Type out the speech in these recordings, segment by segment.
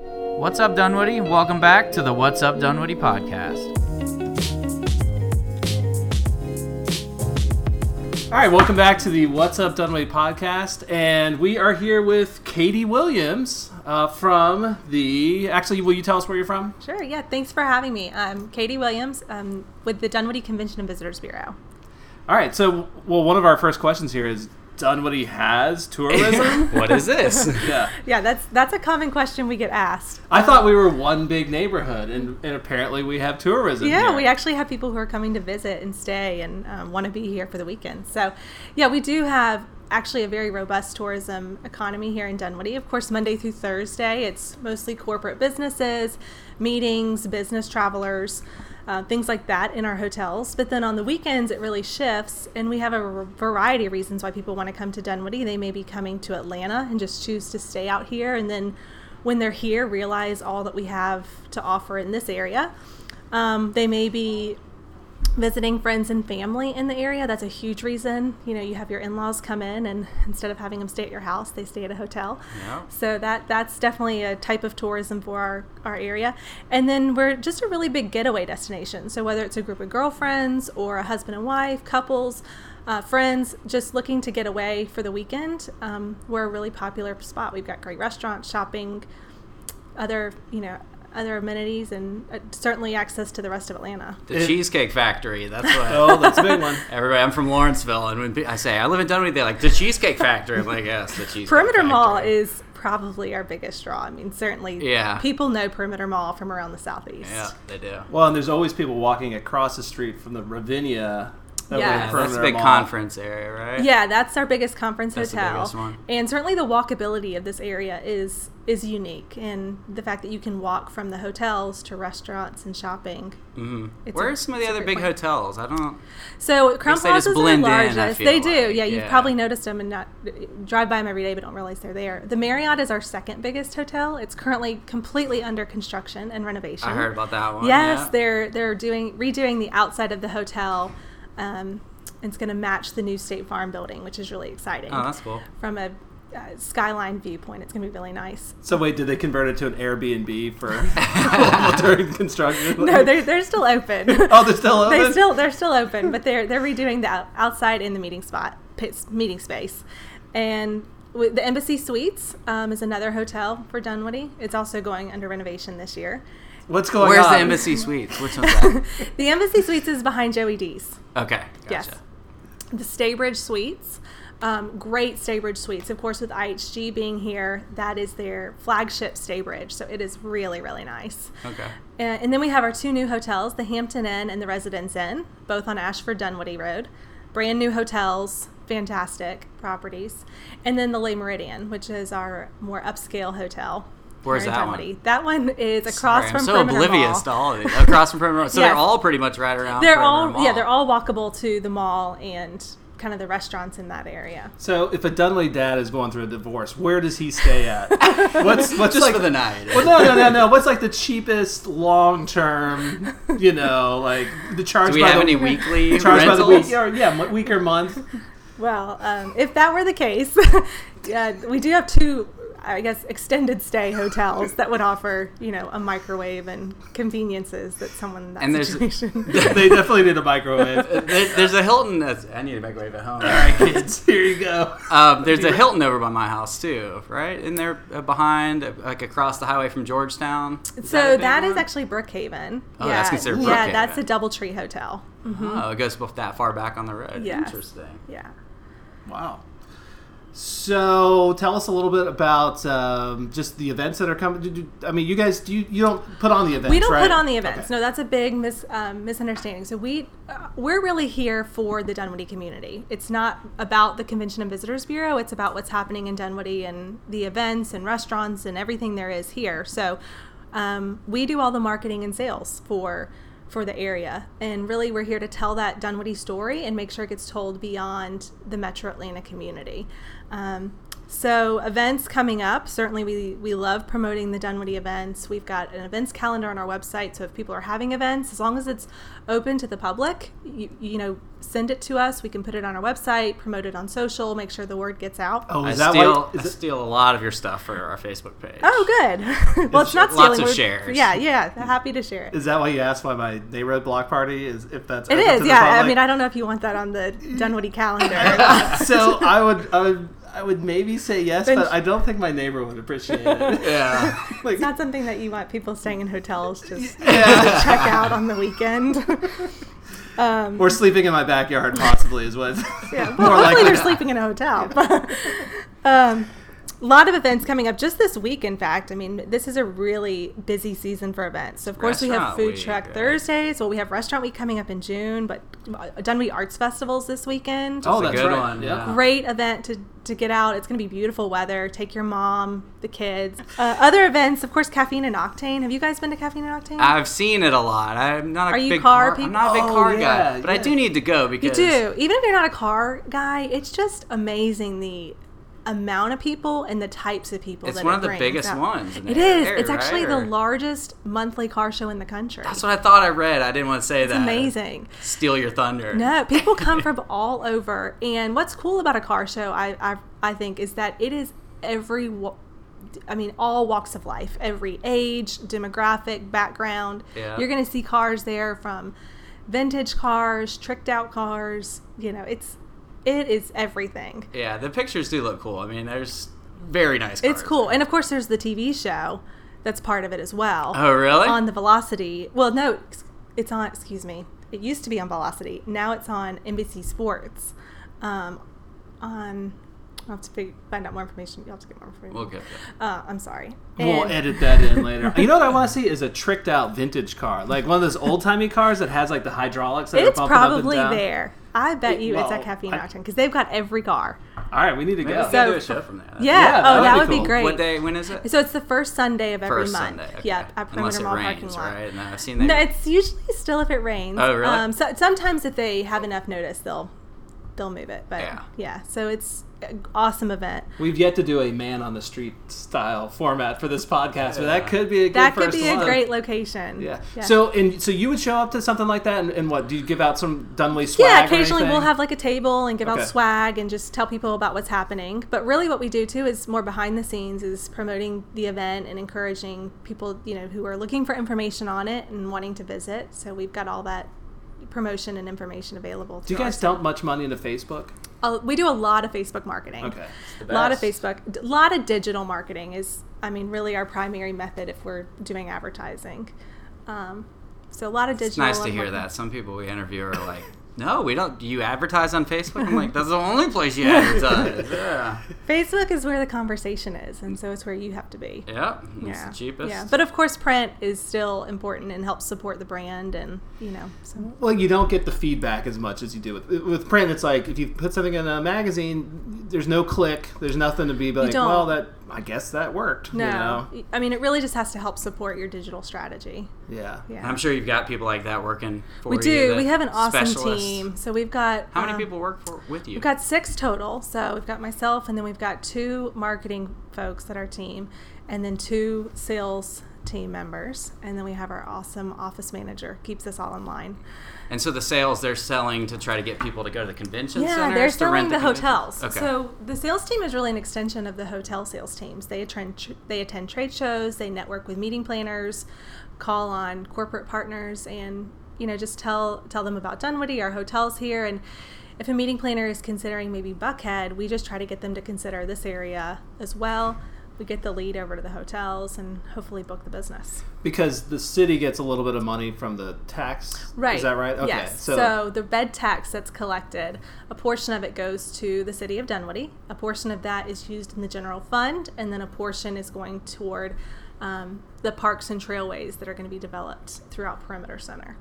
What's up, Dunwoody? Welcome back to the What's Up Dunwoody podcast. All right, welcome back to the What's Up Dunway podcast, and we are here with Katie Williams uh, from the. Actually, will you tell us where you're from? Sure, yeah. Thanks for having me. I'm Katie Williams um, with the Dunwoody Convention and Visitors Bureau. All right, so well, one of our first questions here is Dunwoody has tourism. What is this? yeah, Yeah, that's that's a common question we get asked. I thought we were one big neighborhood, and, and apparently we have tourism. Yeah, here. we actually have people who are coming to visit and stay and um, want to be here for the weekend. So, yeah, we do have actually a very robust tourism economy here in Dunwoody. Of course, Monday through Thursday, it's mostly corporate businesses, meetings, business travelers. Uh, things like that in our hotels. But then on the weekends, it really shifts, and we have a r- variety of reasons why people want to come to Dunwoody. They may be coming to Atlanta and just choose to stay out here, and then when they're here, realize all that we have to offer in this area. Um, they may be visiting friends and family in the area. That's a huge reason. You know, you have your in-laws come in, and instead of having them stay at your house, they stay at a hotel. So that that's definitely a type of tourism for our our area. And then we're just a really big getaway destination. So whether it's a group of girlfriends or a husband and wife, couples. Uh, friends just looking to get away for the weekend. Um, we're a really popular spot. We've got great restaurants, shopping, other you know other amenities, and uh, certainly access to the rest of Atlanta. The Cheesecake Factory. That's what Oh, that's a big one. everybody. I'm from Lawrenceville, and when pe- I say I live in Dunwoody, they're like the Cheesecake Factory. I'm like, yes, the Cheesecake Perimeter Factory. Mall is probably our biggest draw. I mean, certainly Yeah. people know Perimeter Mall from around the southeast. Yeah, they do. Well, and there's always people walking across the street from the Ravinia. over Yeah, in Yeah, that's Perimeter a big Mall. conference area, right? Yeah, that's our biggest conference That's the hotel. biggest one. And certainly the walkability of this area is is unique and the fact that you can walk from the hotels to restaurants and shopping. Mhm. It's Where a- are some of the it's a other great big point. hotels? I don't. So Crown guess they just Plaza's are the blend in, I largest. feel they do. like, Yeah, you've yeah. probably noticed them and not drive by them every day, but don't realize they're there. The Marriott is our second biggest hotel. It's currently completely under construction and renovation. I heard about that one. Yes, yeah. they're they're doing redoing the outside of the hotel. Um, and it's going to match the new State Farm building, which is really exciting. Oh, that's cool. From a uh, skyline viewpoint, it's going to be really nice. So wait, did they convert it to an Airbnb for while during construction? No, they're they're still open. Oh, they're still open. they still they're still open, but they're they're redoing the out- outside in the meeting spot pa- meeting space, and with the Embassy Suites um, is another hotel for Dunwoody. It's also going under renovation this year. What's Oh going Where's on? the Embassy Suites? Which one's that? The Embassy Suites is behind Joey D's. okay. Gotcha. Yes. The Staybridge Suites. Um, great Staybridge Suites. Of course, with IHG being here, that is their flagship Staybridge. So it is really, really nice. Okay. Uh, And, and then we have our two new hotels, the Hampton Inn and the Residence Inn, both on Ashford Dunwoody Road. Brand new hotels, fantastic properties. And then the Le Meridian, which is our more upscale hotel. Where's here in that one? Dunwoody. That one is across Sorry, from I'm so Perimeter oblivious Mall. to all of these. Across from Perimeter, Mall. so they're Yes. all pretty much right around. They're Perimeter all Mall. yeah, they're all walkable to the mall and kind of the restaurants in that area. So if a Dunley dad is going through a divorce, where does he stay at? What's what's just like for the night. Well, no, no, no, no. What's like the cheapest long term? You know, like the charge. do we by have the, any weekly charge by the week? rentals? Or, yeah, mo- week or month. Well, um, if that were the case, uh, we do have two, I guess, extended stay hotels that would offer, you know, a microwave and conveniences that someone in that And there's- situation. they definitely need a microwave. There- there's a Hilton. That's, I need a microwave at home. All right, kids, here you go. Um, there's a Hilton over by my house too, right? In there uh, behind, uh, like across the highway from Georgetown. Is so a big that is one? actually Brookhaven. Oh, that's considered Yeah, Brookhaven. that's a DoubleTree hotel. oh, it goes both that far back on the road. mm-hmm. Yes. Interesting. Yeah. Wow. So tell us a little bit about um, just the events that are coming. Do- do- I mean, you guys, do you, you don't put on the events? We don't right? put on the events. Okay. No, that's a big mis- um, misunderstanding. So we uh, we're really here for the Dunwoody community. It's not about the Convention and Visitors Bureau. It's about what's happening in Dunwoody and the events and restaurants and everything there is here. So um, we do all the marketing and sales for for the area, and really we're here to tell that Dunwoody story and make sure it gets told beyond the Metro Atlanta community. Um, So events coming up. Certainly, we we love promoting the Dunwoody events. We've got an events calendar on our website. So if people are having events, as long as it's open to the public, you, you know, send it to us. We can put it on our website, promote it on social, make sure the word gets out. Oh, I is that steal, why? I Is it, steal a lot of your stuff for our Facebook page. Oh, good. well, it's, It's lots not stealing. of We're- shares. Yeah, yeah. Happy to share it. is that why you asked why my neighborhood block party is if that's It open to is. the Yeah. I public? Uh, mean, I don't know if you want that on the Dunwoody calendar. so I would, I would, I would maybe say yes, Then- but I don't think my neighbor would appreciate it. Yeah. Like, it's not something that you want people staying in hotels just yeah. check out on the weekend. um, or sleeping in my backyard possibly is what. yeah, more well, hopefully likely they're not. sleeping in a hotel. um, a lot of events coming up just this week. In fact, I mean, this is a really busy season for events. So of course we have Restaurant Food Week, Truck yeah. Thursdays. Well, we have Restaurant Week coming up in June, but Dunwee Arts Festivals this weekend. oh, That's a that's good right. one, Yep. yeah. great event to, to get out. It's going to be beautiful weather. Take your mom, the kids. Uh, other events, of course, Caffeine and Octane. Have you guys been to Caffeine and Octane? I've seen it a lot. I'm not a Are you big car I'm people? not a big Oh, car yeah, guy, but I yeah. do need to go you because do. Even if you're not a car guy, it's just amazing the amount of people and the types of people It's that one it of the brings biggest out. ones in It the is. area, it's actually right? the largest monthly car show in the country. That's what I thought I read. I didn't want to say it's that. amazing. Steal your thunder. No, people come from all over. And what's cool about a car show, I I, I think, is that it is every, wa- I mean, all walks of life, every age, demographic, background. Yeah. You're going to see cars there from vintage cars, tricked out cars. You know, it's it is everything. Yeah, the pictures do look cool. I mean, there's very nice. Cars. It's cool. And of course, there's the TV show that's part of it as well. Oh, really? On the Velocity. Well, no, ex- it's on, excuse me. It used to be on Velocity. Now it's on NBC Sports. Um, on, I'll have to fig- find out more information. You'll have to get more information. We'll get that. Uh, I'm sorry. We'll And- edit that in later. You know what I want to see is a tricked out vintage car, like one of those old timey cars that has like the hydraulics. That It's are bumping probably up and down. there. I bet It- you it's well, at Caffeine I- Octane because they've got every car. All right, we need to Maybe we go. can So- do a show from that. Yeah. Yeah, oh, that that would would be be, cool. great. What day? When is it? So it's the first Sunday of every First month. Sunday. Okay. Yeah, at Unless Perimeter it Mall parking rains, lot. right? No, I've seen that. No, it's usually still if it rains. Oh, really? Um, so sometimes if they have enough notice, they'll they'll move it. But Yeah. yeah, so it's an awesome event. We've yet to do a man on the street style format for this podcast, but that could be a good That could first be a one. great location. Yeah. So and so you would show up to something like that, and, and what do you give out some Dunley swag? yeah, or occasionally we'll anything? have like a table and give Okay. out swag and just tell people about what's happening. But really, what we do too is more behind the scenes is promoting the event and encouraging people, you know, who are looking for information on it and wanting to visit. So we've got all that promotion and information available. Do you guys dump much money into Facebook? a- we do a lot of Facebook marketing. Okay. A lot of Facebook, a lot of digital marketing is, I mean, really our primary method if we're doing advertising. Um, so a lot of digital. It's nice to and hear marketing. that. Some people we interview are like, "No, we don't. You advertise on Facebook." I'm like, "That's the only place you advertise." Yeah. Facebook is where the conversation is, and so it's where you have to be. Yep. It's the cheapest. Yeah, but of course, print is still important and helps support the brand, and you know, so Well, you don't get the feedback as much as you do with with print. It's like if you put something in a magazine, there's no click, there's nothing to be like. don't. Well, that I guess that worked. no, You know? I mean, it really just has to help support your digital strategy. Yeah. Yeah, I'm sure you've got people like that working for we you, do. that We have an awesome specialists. team, so we've got How many um, people work for with you? We've got six total. So we've got myself, and then we've got two marketing folks at our team, and then two sales team members. And then we have our awesome office manager, keeps us all in line. and so the sales they're selling to try to get people to go to the convention Yeah, centers they're to rent selling the convention- hotels. Okay. So the sales team is really an extension of the hotel sales teams. They attend they attend trade shows, they network with meeting planners, call on corporate partners, and you know just tell tell them about Dunwoody, our hotels here, and if a meeting planner is considering maybe Buckhead, we just try to get them to consider this area as well. We get the lead over to the hotels and hopefully book the business. Because the city gets a little bit of money from the tax. Right. Is that right? Okay. Yes. So, the bed tax that's collected, a portion of it goes to the city of Dunwoody. A portion of that is used in the general fund, and then a portion is going toward um, the parks and trailways that are going to be developed throughout Perimeter Center.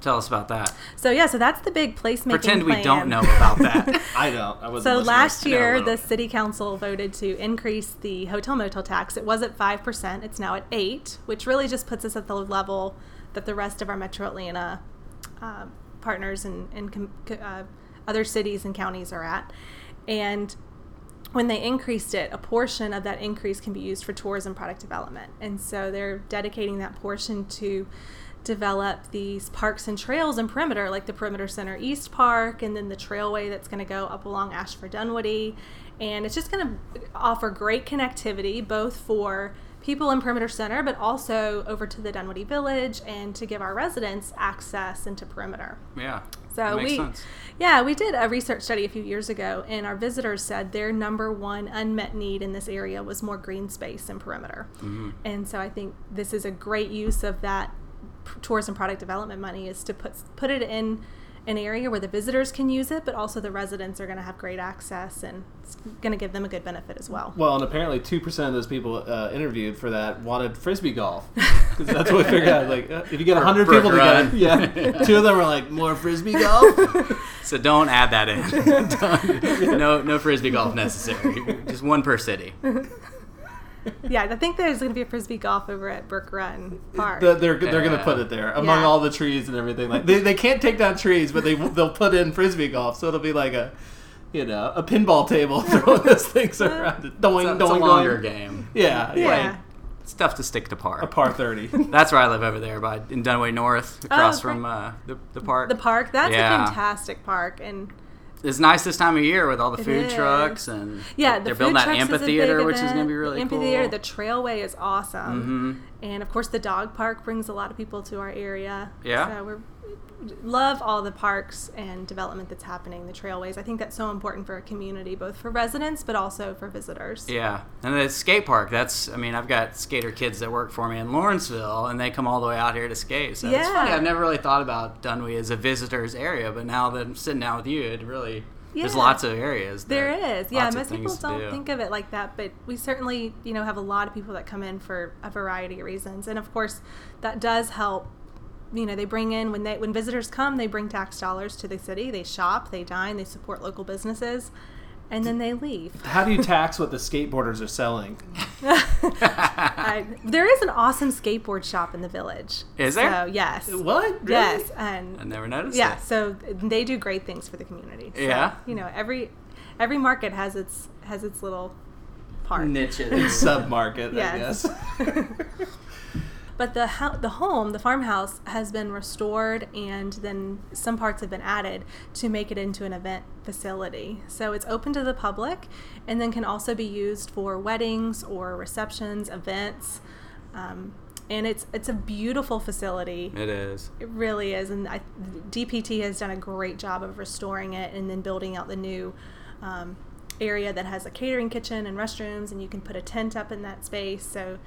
Tell us about that. So yeah, so that's the big placemaking. Pretend we plan. don't know about that. I don't. I wasn't. So listening. last I know a year, little the bit. city council voted to increase the hotel motel tax. It was at five percent; it's now at eight, which really just puts us at the level that the rest of our Metro Atlanta uh, partners and and com- co- uh, other cities and counties are at. And when they increased it, a portion of that increase can be used for tourism product development. And so they're dedicating that portion to develop these parks and trails and perimeter, like the Perimeter Center East Park, and then the trailway that's going to go up along Ashford Dunwoody. And it's just going to offer great connectivity both for people in Perimeter Center, but also over to the Dunwoody Village and to give our residents access into Perimeter. Yeah. So that makes we, sense. yeah, we did a research study a few years ago, and our visitors said their number one unmet need in this area was more green space and perimeter. Mm-hmm. And so I think this is a great use of that p- tourism product development money is to put put it in an area where the visitors can use it, but also the residents are going to have great access, and it's going to give them a good benefit as well. Well, and apparently two percent of those people uh, interviewed for that wanted frisbee golf. 'Cause that's what we figured out. Like, uh, if you get hundred for a people together, run. yeah, two of them are like more frisbee golf. So don't add that in. Don't- no, no frisbee golf necessary. Just one per city. Yeah, I think there's going to be a frisbee golf over at Brook Run Park. That they're they're gonna Yeah. put it there among Yeah. all the trees and everything. Like they, they can't take down trees, but they they'll put in frisbee golf, so it'll be like a you know a pinball table throwing those things around. It. It's Doing, a, it's a doing, longer doing. game. Yeah, yeah. Uh-huh. yeah. It's tough to stick to par. A par thirty. That's where I live over there, by in Dunway North, across great. from uh, the, the park. Oh, The park, that's Yeah. a fantastic park, and It's nice this time of year with all the It food is. trucks and Yeah, the they're food building that trucks is a big amphitheater, which is event. going to be really the amphitheater. cool. Mm-hmm. The trailway is awesome, and of course the dog park brings a lot of people to our area. Yeah. so we're love all the parks and development that's happening. The trailways, I think that's so important for a community, both for residents but also for visitors. Yeah, and the skate park. That's I mean I've got skater kids that work for me in Lawrenceville, and they come all the way out here to skate. So it's Yeah. funny. I've never really thought about Dunwee as a visitor's area, but now that I'm sitting down with you, it really there's Yeah. lots of areas. There that- is, yeah. lots of Most people things to don't do. think of it like that, but we certainly, you know, have a lot of people that come in for a variety of reasons, and of course, that does help. You know, they bring in when they when visitors come, they bring tax dollars to the city. They shop, they dine, they support local businesses, and then they leave. How do you tax what the skateboarders are selling? I, there is an awesome skateboard shop in the village. Is there? So yes, What? Really? yes, I and never noticed. yeah. it. So they do great things for the community. So, Yeah. you know, every every market has its has its little part. niches. Submarket, I Yes. guess. But the ho- the home, the farmhouse, has been restored, and then some parts have been added to make it into an event facility. So it's open to the public, and then can also be used for weddings or receptions, events, um, and it's it's a beautiful facility. it is. It really is, and I, DPT has done a great job of restoring it and then building out the new um, area that has a catering kitchen and restrooms, and you can put a tent up in that space. So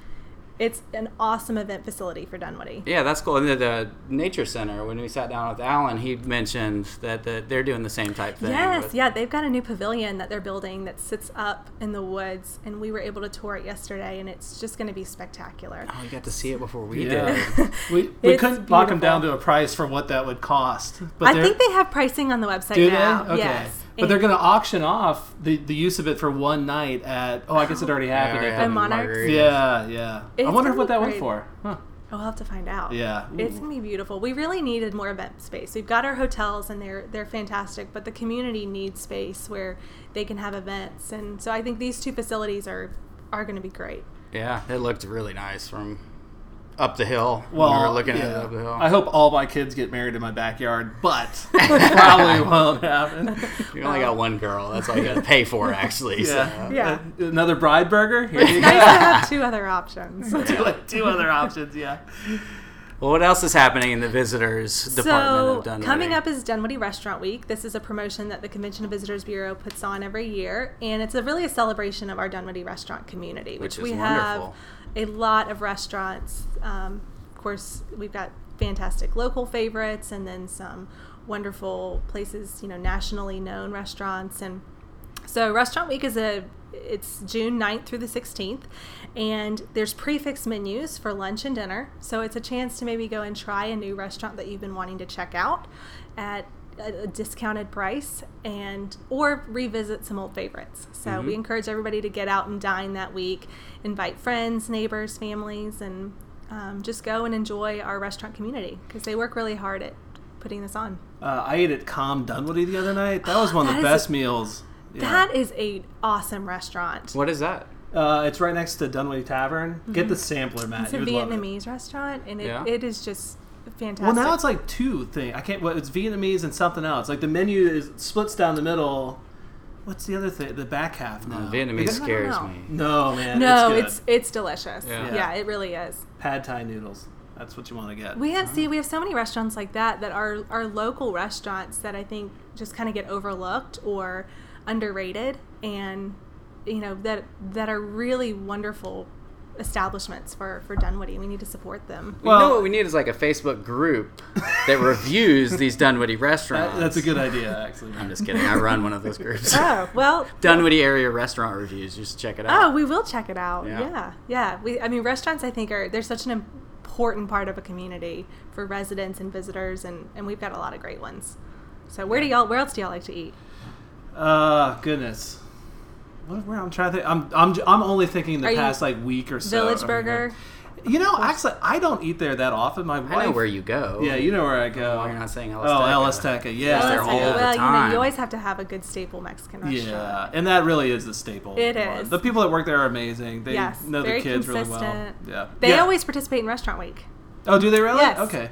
it's an awesome event facility for Dunwoody. Yeah, that's cool. And the, the nature center. When we sat down with Alan, he mentioned that, that they're doing the same type thing. Yes, with- yeah, they've got a new pavilion that they're building that sits up in the woods, and we were able to tour it yesterday, and it's just going to be spectacular. Oh, you got to see it before we did. Yeah. we we It's couldn't lock them beautiful. down to a price for what that would cost. But I they're- think they have pricing on the website Do now. they? Okay. Yes, But they're going to auction off the, the use of it for one night at. Oh, I guess it already happened. Yeah, at And monarchs. the- margaritas. Yeah, yeah. I It's wonder gonna what be that went great. for. Huh. I'll have to find out. Yeah. It's gonna be beautiful. We really needed more event space. We've got our hotels and they're they're fantastic, but the community needs space where they can have events. And so I think these two facilities are are gonna be great. Yeah, it looked really nice from up the hill. Well, when we were looking at it yeah. up the hill. I hope all my kids get married in my backyard, but probably won't happen. you only got one girl. That's all you got to pay for, actually. Yeah. So. Yeah. Uh, another bride burger? Here you Nice to go. have two other options. two, two other options, yeah. Well, what else is happening in the visitors department So of Dunwoody? coming up is Dunwoody Restaurant Week. This is a promotion that the Convention and Visitors Bureau puts on every year, and it's a, really a celebration of our Dunwoody restaurant community, Which which, is we wonderful. have a lot of restaurants. Um, of course, we've got fantastic local favorites, and then some wonderful places, you know, nationally known restaurants and. So Restaurant Week is a it's June 9th through the 16th and there's prefix menus for lunch and dinner. So it's a chance to maybe go and try a new restaurant that you've been wanting to check out at a a discounted price and or revisit some old favorites. So we encourage everybody to get out and dine that week, invite friends, neighbors, families and um, just go and enjoy our restaurant community because they work really hard at putting this on. Uh, I ate at Calm Dunwoody the other night. That was one of the That is- best meals. That is a awesome restaurant. What is that? Uh, it's right next to Dunway Tavern. Get the sampler, Matt. Mm-hmm. It's a you would love it. Vietnamese restaurant, and it, Yeah. it is just Well, fantastic. now it's like two thing. I can't. Well, it's Vietnamese and something else. Like the menu is splits down the middle. What's the other thing? The back half now. Uh, Vietnamese Is it- scares know. me. No man. no, good. it's it's delicious. Yeah. Yeah. it really is. pad Thai noodles. That's what you want to get. We have see we have so many restaurants like that that are are local restaurants that I think just kind of get overlooked or underrated, and you know that that are really wonderful establishments for for Dunwoody. We need to support them. Well, you Well- know what we need is like a Facebook group that reviews these Dunwoody restaurants. That- that's a good idea, actually. I'm Matt. just kidding. I run one of those groups. Oh well. Dunwoody area restaurant reviews. Just check it Oh, out. we will check it out. Yeah. Yeah. yeah, We, I mean, restaurants. I think are they're such an important part of a community for residents and visitors, and and we've got a lot of great ones. So where do y'all? Where else do y'all like to eat? Uh, goodness. What, where I'm trying to think. I'm, I'm, j- I'm only thinking the Are you- past like week or so. Village I'm Burger. here. You know, actually, I don't eat there that often. My wife. I know where you go. Yeah, you know where I go. Oh, you're not saying Oh, Azteca. El Azteca. Yeah, That's there Oh, that's all the right. well, you know, time. you always have to have a good staple Mexican restaurant. Yeah, and that really is the staple. It one. is. The people that work there are amazing. They Yes, know the very kids really well. consistent. Yeah. They Yeah. always participate in Restaurant Week. Oh, do they really? Yes. Okay.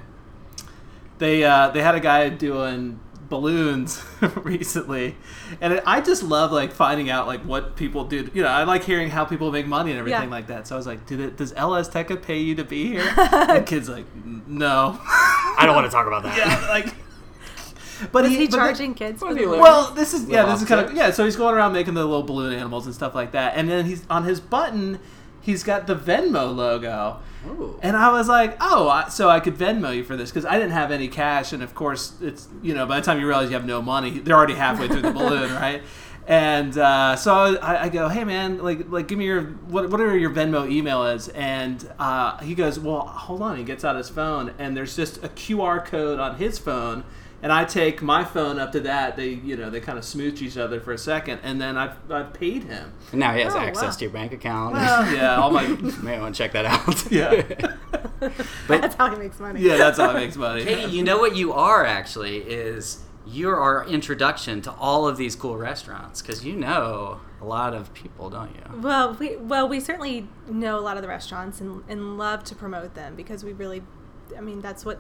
They uh, they had a guy doing balloons recently, and it, I just love like finding out like what people do. You know, I like hearing how people make money and everything Yeah. like that. So I was like, Did it, does El Azteca pay you to be here? and kids like, "N- no. I don't want to talk about that. yeah, like. But Was he, he but the- charging kids? For Was the he balloons? little? well, this is yeah, Little this is kind of offset. yeah. So he's going around making the little balloon animals and stuff like that, and then he's on his button, he's got the Venmo logo, Ooh. and I was like, oh, I, so I could Venmo you for this because I didn't have any cash, and of course it's you know by the time you realize you have no money, they're already halfway through the balloon, right? And uh, so I, I go, hey man, like like give me your what whatever your Venmo email is, and uh, he goes, well, hold on. He gets out his phone, and there's just a QR code on his phone, and I take my phone up to that. They you know they kind of smooch each other for a second, and then I I paid him. Now he has Oh, access wow. to your bank account. yeah, all my May want to check that out. yeah that's how he makes money. yeah that's how it makes money. Katie, you know what you are actually is you're our introduction to all of these cool restaurants because you know a lot of people, don't you? Well, we well we certainly know a lot of the restaurants and, and love to promote them because we really, I mean that's what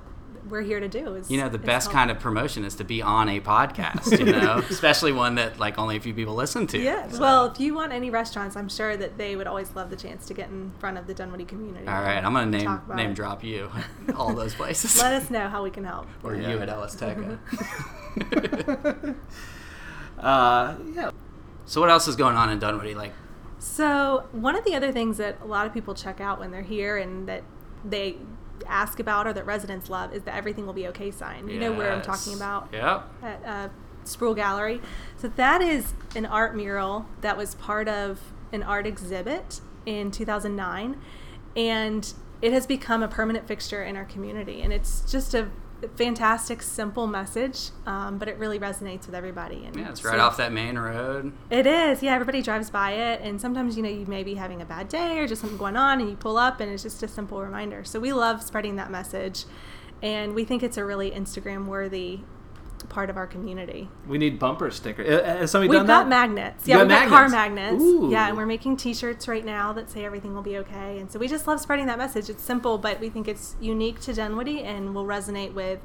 we're here to do. Is You know the best kind of promotion is to be on a podcast, you know, especially one that like only a few people listen to. Yeah. Well, if you want any restaurants, I'm sure that they would always love the chance to get in front of the Dunwoody community. All right, I'm gonna and name talk about name it. drop you, all those places, Let us know how we can help. or Yeah. you at Ellis Teca. Uh, yeah. so what else is going on in Dunwoody? Like, So one of the other things that a lot of people check out when they're here and that they ask about or that residents love is the "Everything Will Be Okay" sign. You know where I'm Yes. talking about. Yep. at uh, Sproul Gallery. So that is an art mural that was part of an art exhibit in 2009, and it has become a permanent fixture in our community. And it's just a fantastic, simple message, um, but it really resonates with everybody. And Yeah, it's right so- off that main road. It is. Yeah, everybody drives by it, and sometimes you know you may be having a bad day or just something going on, and you pull up, and it's just a simple reminder. So we love spreading that message, and we think it's a really Instagram worthy part of our community. We need bumper stickers. Uh, Has somebody We've done got that? magnets. You Yeah, got we've got car magnets? magnets. Ooh. Yeah, and we're making T-shirts right now that say everything will be okay. And so we just love spreading that message. It's simple, but we think it's unique to Dunwoody and will resonate with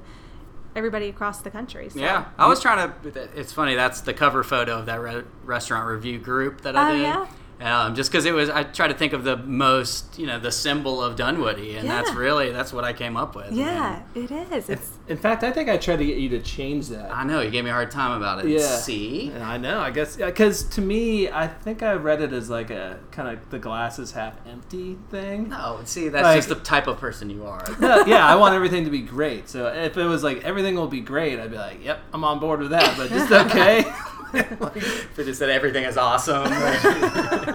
everybody across the country. So. Yeah, I was trying to. It's funny. That's the cover photo of that re- restaurant review group that I Oh, did. yeah? Um, just because it was, I tried to think of the most, you know, the symbol of Dunwoody, and that's Yeah. really that's what I came up with. Yeah, it is. It's In fact, I think I tried to get you to change that. And I know you gave me a hard time about it. Yeah. See, And I know. I guess because to me, I think I read it as like a kind of the glass is half empty thing. no, see, that's Like- just the type of person you are. No, yeah, I want everything to be great. So if it was like everything will be great, I'd be like, "Yep, I'm on board with that." But just okay. if it just said everything is awesome,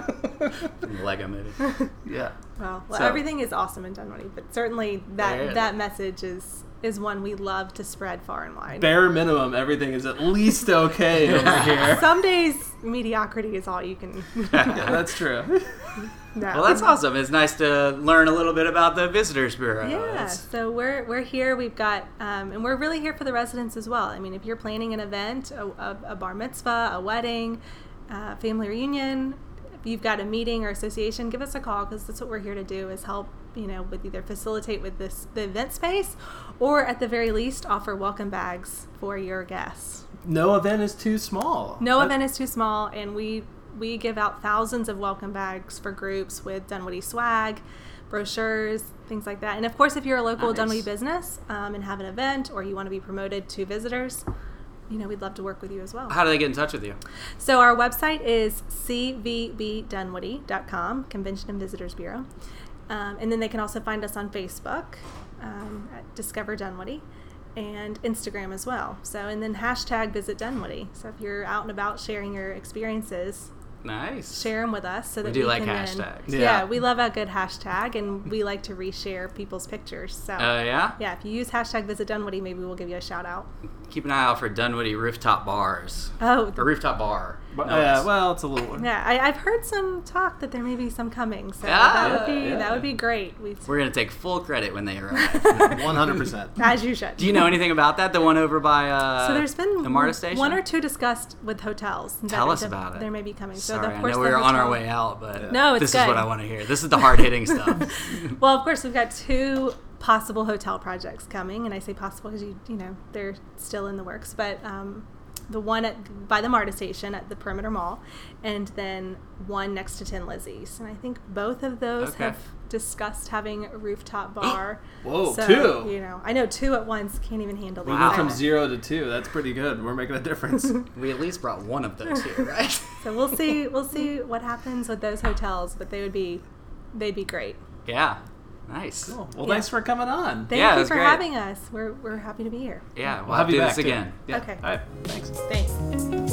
Lego movie. yeah. Well, well So- everything is awesome in Dunwoody, but certainly that There it that message is is one we love to spread far and wide. Bare minimum, everything is at least okay over here. Some days mediocrity is all you can. Yeah, that's true. No. Well, that's awesome. It's nice to learn a little bit about the Visitors Bureau. Yeah, It's- so we're we're here. We've got, um, and we're really here for the residents as well. I mean, if you're planning an event, a, a, a bar mitzvah, a wedding, uh, family reunion, if you've got a meeting or association, give us a call because that's what we're here to do is help, you know, with either facilitate with this the event space or at the very least offer welcome bags for your guests. No event is too small. No That- event is too small and we we give out thousands of welcome bags for groups with Dunwoody swag, brochures, things like that. And of course, if you're a local Nice. Dunwoody business um, and have an event or you want to be promoted to visitors, you know, we'd love to work with you as well. How do they get in touch with you? So our website is cvbdunwoody.com, Convention and Visitors Bureau. Um, and then they can also find us on Facebook um, at Discover Dunwoody and Instagram as well. So, and then hashtag Visit Dunwoody. So if you're out and about sharing your experiences, Nice. share them with us so that do we like can hashtags. Then, Yeah. yeah. we love a good hashtag and we like to reshare people's pictures. So, Oh yeah? yeah, if you use hashtag Visit Dunwoody, maybe we'll give you a shout out. Keep an eye out for Dunwoody rooftop bars Oh, or rooftop bar. But, No, yeah, it's- well, it's a little. Yeah, I, I've heard some talk that there may be some coming, so Yeah, that would be yeah. that would be great. We, we're gonna take full credit when they arrive. One hundred percent. as you should. Do you know anything about that? The one over by uh, so there's been the MARTA station. one or two discussed with hotels. Tell that us the- about it. There may be coming. So Sorry, of course I know the we're on our hotel- way out, but No, it's this is good. what I want to hear. This is the hard hitting stuff. Well, of course we've got two possible hotel projects coming, and I say possible because you you know they're still in the works. But um, the one at by the MARTA station at the Perimeter Mall, and then one next to Tin Lizzie's, and I think both of those Okay. have discussed having a rooftop bar. Whoa, so, two. You know, I know two at once can't even handle the We Wow. went excitement. From zero to two, that's pretty good. We're making a difference. Oh, we at least brought one of those here, right? So we'll see. We'll see what happens with those hotels, but they would be, they'd be great. yeah, nice. Cool. Well, Yeah. thanks for coming on. Thank Yeah, it you was for great. having us. We're we're happy to be here. Yeah, we'll, We'll have have to you do back this too. again. Yeah. Okay. All right. Thanks. Thanks.